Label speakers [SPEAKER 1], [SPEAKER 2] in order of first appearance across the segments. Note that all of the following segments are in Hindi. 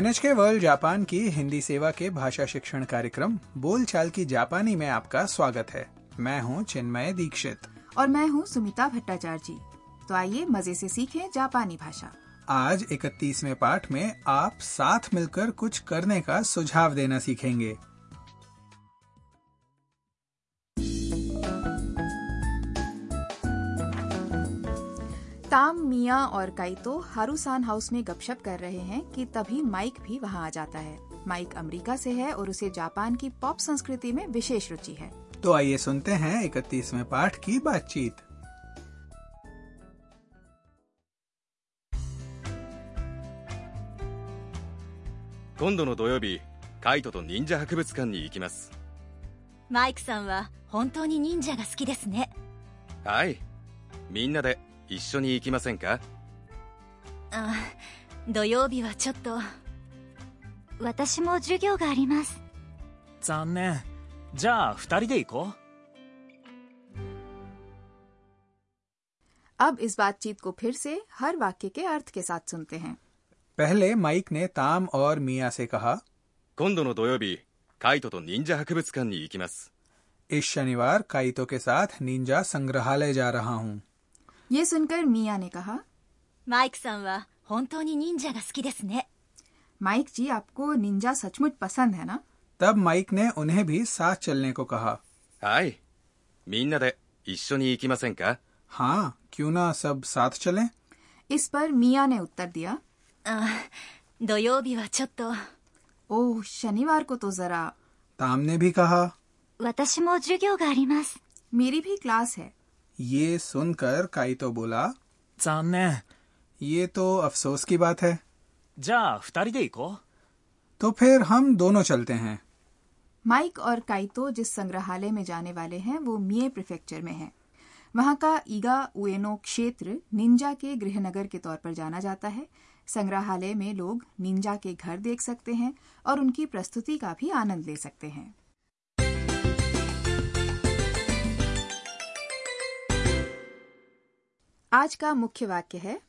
[SPEAKER 1] NHK वर्ल्ड जापान की हिंदी सेवा के भाषा शिक्षण कार्यक्रम बोलचाल की जापानी में आपका स्वागत है मैं हूं चिन्मय दीक्षित
[SPEAKER 2] और मैं हूँ सुमिता भट्टाचार्य जी तो आइए मजे से सीखें जापानी भाषा
[SPEAKER 1] आज 31वें पाठ में आप साथ मिलकर कुछ करने का सुझाव देना सीखेंगे
[SPEAKER 2] ताम मिया और काइतो हारूसान हाउस में गपशप कर रहे हैं कि तभी माइक भी वहाँ आ जाता है माइक अमेरिका से है और उसे जापान की पॉप संस्कृति में विशेष रुचि है
[SPEAKER 1] तो आइए सुनते हैं 31वें पाठ की बातचीत
[SPEAKER 3] 今度の土曜日カイトと忍者博物館に行きます
[SPEAKER 4] マイクさんは本当に忍者が好きですね
[SPEAKER 3] はいみんなで一緒に行きませんか
[SPEAKER 4] あ土曜日はちょっと私も授業があります
[SPEAKER 5] 残念じゃあ2人で行こう
[SPEAKER 2] अब इस बातचीत को फिर से हर वाक्य के अर्थ के साथ सुनते हैं
[SPEAKER 1] पहले माइक ने ताम और मिया से कहा
[SPEAKER 3] 今度の土曜日カイトと忍者博物館に行きます
[SPEAKER 1] इस शनिवार काइतो के साथ निंजा संग्रहालय जा रहा हूँ
[SPEAKER 2] ये सुनकर मिया ने कहा
[SPEAKER 4] マイクさんは本当に忍者が好きですね
[SPEAKER 2] माइक जी आपको निंजा सचमुच पसंद है ना
[SPEAKER 1] तब माइक ने उन्हें भी साथ चलने को कहा
[SPEAKER 3] はいみんなで一緒に行きませんか
[SPEAKER 1] हाँ क्यों ना सब साथ चलें
[SPEAKER 2] इस पर मिया ने उत्तर दिया
[SPEAKER 4] あ土曜日はちょっと
[SPEAKER 2] ओह शनिवार को तो जरा
[SPEAKER 1] ताम ने भी कहा
[SPEAKER 4] 私も授業があります
[SPEAKER 2] मेरी भी क्लास है
[SPEAKER 1] ये सुनकर काइतो बोला
[SPEAKER 5] 残念
[SPEAKER 1] ये तो अफसोस की बात है
[SPEAKER 5] じゃあ2人で行こ
[SPEAKER 1] तो फिर हम दोनों चलते हैं
[SPEAKER 2] माइक और काइतो जिस संग्रहालय में जाने वाले हैं वो मिए प्रिफेक्चर में है वहाँ का ईगा उएनो क्षेत्र निंजा के गृहनगर के तौर पर जाना जाता है संग्रहालय में लोग निंजा के घर देख सकते हैं और उनकी प्रस्तुति का भी आनंद ले सकते हैं आज का मुख्य वाक्य है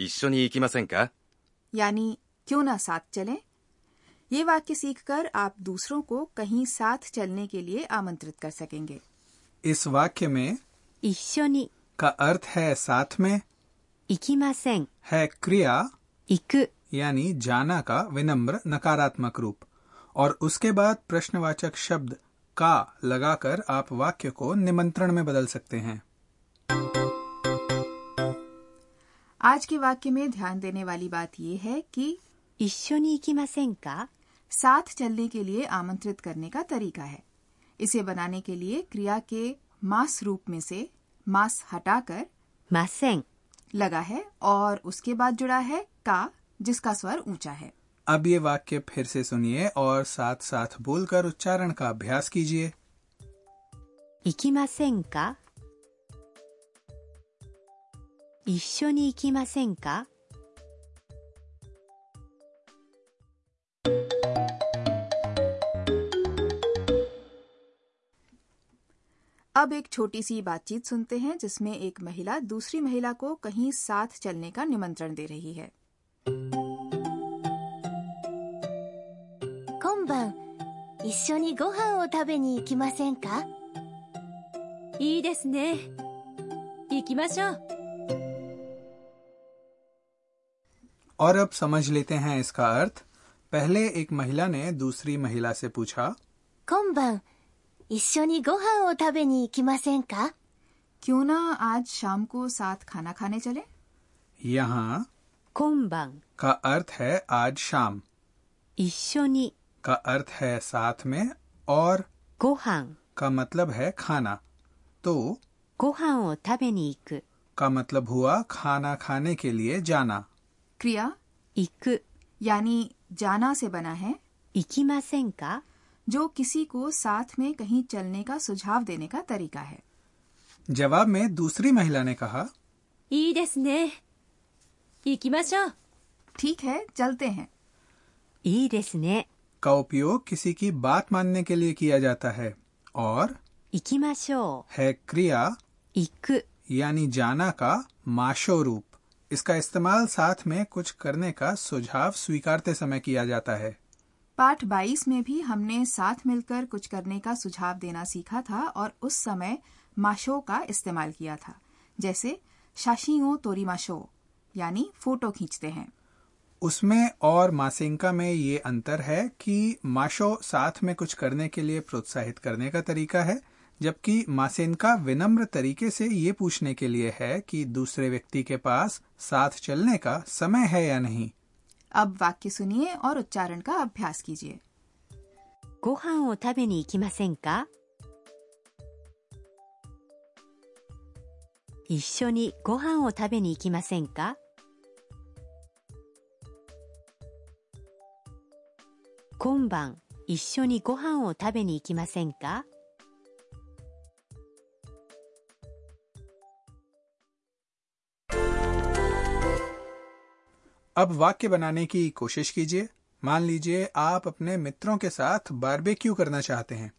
[SPEAKER 3] 一緒に行きませんか
[SPEAKER 2] यानी क्यों ना साथ चलें ये वाक्य सीखकर आप दूसरों को कहीं साथ चलने के लिए आमंत्रित कर सकेंगे
[SPEAKER 1] इस वाक्य में
[SPEAKER 4] 一緒に
[SPEAKER 1] का अर्थ है साथ में
[SPEAKER 4] 行きません
[SPEAKER 1] है क्रिया
[SPEAKER 4] 行く
[SPEAKER 1] यानी जाना का विनम्र नकारात्मक रूप और उसके बाद प्रश्नवाचक शब्द का लगाकर आप वाक्य को निमंत्रण में बदल सकते हैं
[SPEAKER 2] आज के वाक्य में ध्यान देने वाली बात यह है कि
[SPEAKER 4] 一緒に行きませんか
[SPEAKER 2] साथ चलने के लिए आमंत्रित करने का तरीका है इसे बनाने के लिए क्रिया के मास रूप में से मास हटाकर
[SPEAKER 4] ません
[SPEAKER 2] लगा है और उसके बाद जुड़ा है का जिसका स्वर ऊंचा है
[SPEAKER 1] अब ये वाक्य फिर से सुनिए और साथ साथ बोलकर उच्चारण का अभ्यास कीजिए
[SPEAKER 4] 行きませんか一緒に行きませんか
[SPEAKER 2] अब एक छोटी सी बातचीत सुनते हैं जिसमें एक महिला दूसरी महिला को कहीं साथ चलने का निमंत्रण दे रही है
[SPEAKER 6] 今晩一緒にご飯を食べに行きませんか
[SPEAKER 4] いいですね行きましょう
[SPEAKER 1] और अब समझ लेते हैं इसका अर्थ पहले एक महिला ने दूसरी महिला से पूछा
[SPEAKER 6] 今晩一緒にご飯を食べに行きませんか
[SPEAKER 2] क्यों ना आज शाम को साथ खाना खाने चले
[SPEAKER 1] यहाँ
[SPEAKER 4] 今晩
[SPEAKER 1] का अर्थ है आज शाम
[SPEAKER 4] 一緒に
[SPEAKER 1] का अर्थ है साथ में और
[SPEAKER 4] ご飯
[SPEAKER 1] का मतलब है खाना तो
[SPEAKER 4] ご飯を食べに行く
[SPEAKER 1] का मतलब हुआ खाना खाने के लिए जाना
[SPEAKER 2] क्रिया
[SPEAKER 4] 行く
[SPEAKER 2] यानी जाना से बना है
[SPEAKER 4] 行きませんか
[SPEAKER 2] जो किसी को साथ में कहीं चलने का सुझाव देने का तरीका है
[SPEAKER 1] जवाब में दूसरी महिला ने कहा
[SPEAKER 4] いいですね行きましょう
[SPEAKER 2] ठीक है चलते हैं
[SPEAKER 4] いいですね
[SPEAKER 1] का उपयोग किसी की बात मानने के लिए किया जाता है और
[SPEAKER 4] 行きましょ
[SPEAKER 1] है क्रिया
[SPEAKER 4] う行く
[SPEAKER 1] यानी जाना का माशो रूप इसका इस्तेमाल साथ में कुछ करने का सुझाव स्वीकारते समय किया जाता है
[SPEAKER 2] पाठ 22 में भी हमने साथ मिलकर कुछ करने का सुझाव देना सीखा था और उस समय माशो का इस्तेमाल किया था जैसे शाशिओ तोरी माशो यानी फोटो खींचते हैं
[SPEAKER 1] उसमें और मासिंका में ये अंतर है कि माशो साथ में कुछ करने के लिए प्रोत्साहित करने का तरीका है जबकि मासिनका विनम्र तरीके से ये पूछने के लिए है कि दूसरे व्यक्ति के पास साथ चलने का समय है या नहीं
[SPEAKER 2] अब वाक्य सुनिए और उच्चारण का अभ्यास कीजिए
[SPEAKER 7] ご飯を食べに行きませんか一緒にご飯を食べに行きませんか今晩一緒にご飯を食べに行きませんか
[SPEAKER 1] अब वाक्य बनाने की कोशिश कीजिए मान लीजिए आप अपने मित्रों के साथ बारबेक्यू करना चाहते हैं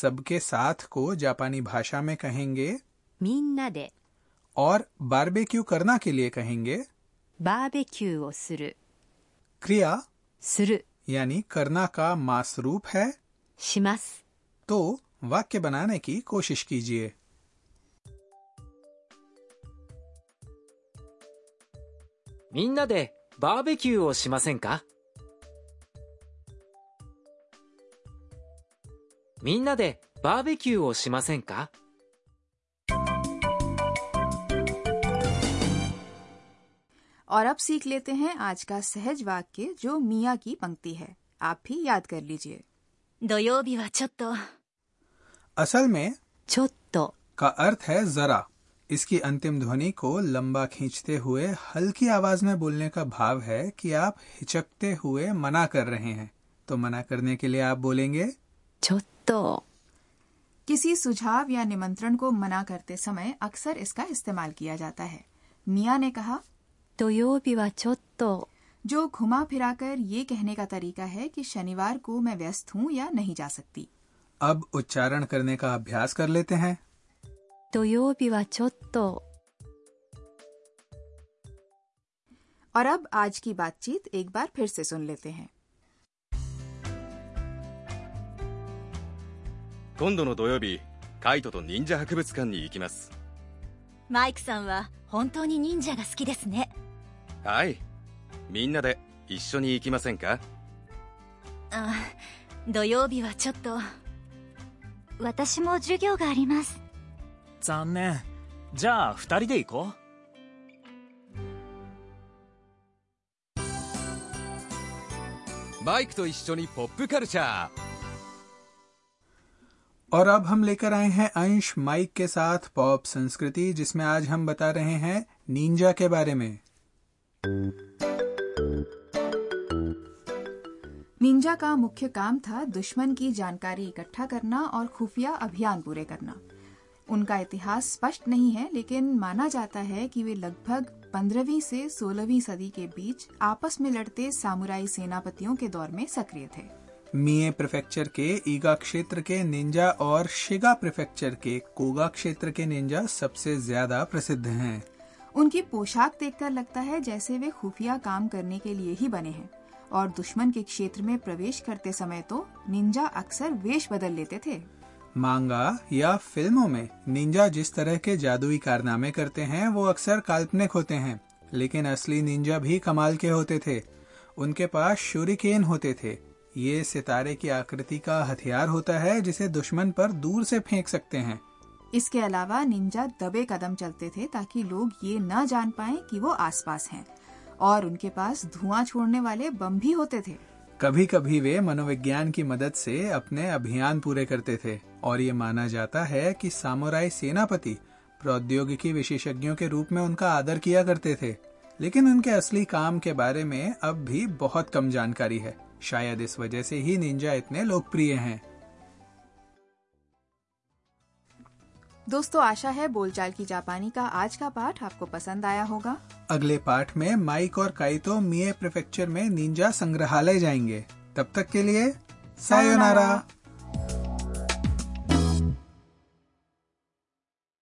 [SPEAKER 1] सबके साथ को जापानी भाषा में कहेंगे
[SPEAKER 7] みんなで
[SPEAKER 1] और बारबेक्यू करना के लिए कहेंगे
[SPEAKER 7] バーベキューをする
[SPEAKER 1] क्रिया
[SPEAKER 7] する
[SPEAKER 1] यानी करना का मास रूप है
[SPEAKER 7] します
[SPEAKER 1] तो वाक्य बनाने की कोशिश कीजिए
[SPEAKER 5] みんなでバーベキューをしませんかみんなでバーベキューをしませんか
[SPEAKER 2] और अब सीख लेते हैं आज का सहज वाक्य जो मिया की पंक्ति है आप भी याद कर लीजिए
[SPEAKER 4] 土曜日はちょっと
[SPEAKER 1] असल में
[SPEAKER 7] ちょっと
[SPEAKER 1] का अर्थ है जरा इसकी अंतिम ध्वनि को लंबा खींचते हुए हल्की आवाज में बोलने का भाव है कि आप हिचकते हुए मना कर रहे हैं तो मना करने के लिए आप बोलेंगे
[SPEAKER 7] ちょっと
[SPEAKER 2] किसी सुझाव या निमंत्रण को मना करते समय अक्सर इसका इस्तेमाल किया जाता है मिया ने कहा
[SPEAKER 7] 土曜日はちょっと
[SPEAKER 2] जो घुमा फिराकर ये कहने का तरीका है कि शनिवार को मैं व्यस्त हूँ या नहीं जा सकती
[SPEAKER 1] अब उच्चारण करने का अभ्यास कर लेते हैं
[SPEAKER 7] 土曜日はちょっと
[SPEAKER 2] और अब आज की बातचीत एक बार फिर से सुन लेते हैं
[SPEAKER 3] 今度の土曜日カイトと忍者博物館に行きます
[SPEAKER 4] マイクさんは本当に忍者が好きですね
[SPEAKER 3] はいみんなで一緒に行きませんか
[SPEAKER 4] あ土曜日はちょっと私も授業があります
[SPEAKER 5] 残念じゃあ二人で行こう
[SPEAKER 8] マイクと一緒にポップカルチャー
[SPEAKER 1] और अब हम लेकर आए हैं अंश माइक के साथ पॉप संस्कृति जिसमें आज हम बता रहे हैं निंजा के बारे में
[SPEAKER 2] निंजा का मुख्य काम था दुश्मन की जानकारी इकट्ठा करना और खुफिया अभियान पूरे करना उनका इतिहास स्पष्ट नहीं है लेकिन माना जाता है कि वे लगभग 15वीं से 16वीं सदी के बीच आपस में लड़ते सामुराई सेनापतियों के दौर में सक्रिय थे
[SPEAKER 1] मिए प्रिफेक्चर के ईगा क्षेत्र के निंजा और शिगा प्रिफेक्चर के कोगा क्षेत्र के निंजा सबसे ज्यादा प्रसिद्ध हैं
[SPEAKER 2] उनकी पोशाक देखकर लगता है जैसे वे खुफिया काम करने के लिए ही बने हैं और दुश्मन के क्षेत्र में प्रवेश करते समय तो निंजा अक्सर वेश बदल लेते थे
[SPEAKER 1] मांगा या फिल्मों में निंजा जिस तरह के जादुई कारनामे करते हैं वो अक्सर काल्पनिक होते हैं लेकिन असली निंजा भी कमाल के होते थे उनके पास शुरिकेन होते थे ये सितारे की आकृति का हथियार होता है जिसे दुश्मन पर दूर से फेंक सकते हैं
[SPEAKER 2] इसके अलावा निंजा दबे कदम चलते थे ताकि लोग ये न जान पाए कि वो आसपास हैं और उनके पास धुआं छोड़ने वाले बम भी होते थे
[SPEAKER 1] कभी कभी वे मनोविज्ञान की मदद से अपने अभियान पूरे करते थे और ये माना जाता है कि सामुराई सेनापति प्रौद्योगिकी विशेषज्ञों के रूप में उनका आदर किया करते थे लेकिन उनके असली काम के बारे में अब भी बहुत कम जानकारी है शायद इस वजह से ही निंजा इतने लोकप्रिय हैं
[SPEAKER 2] दोस्तों आशा है बोलचाल की जापानी का आज का पाठ आपको पसंद आया होगा
[SPEAKER 1] अगले पाठ में माइक और काइतो मिए प्रिफेक्चर में निंजा संग्रहालय जाएंगे तब तक के लिए सायोनारा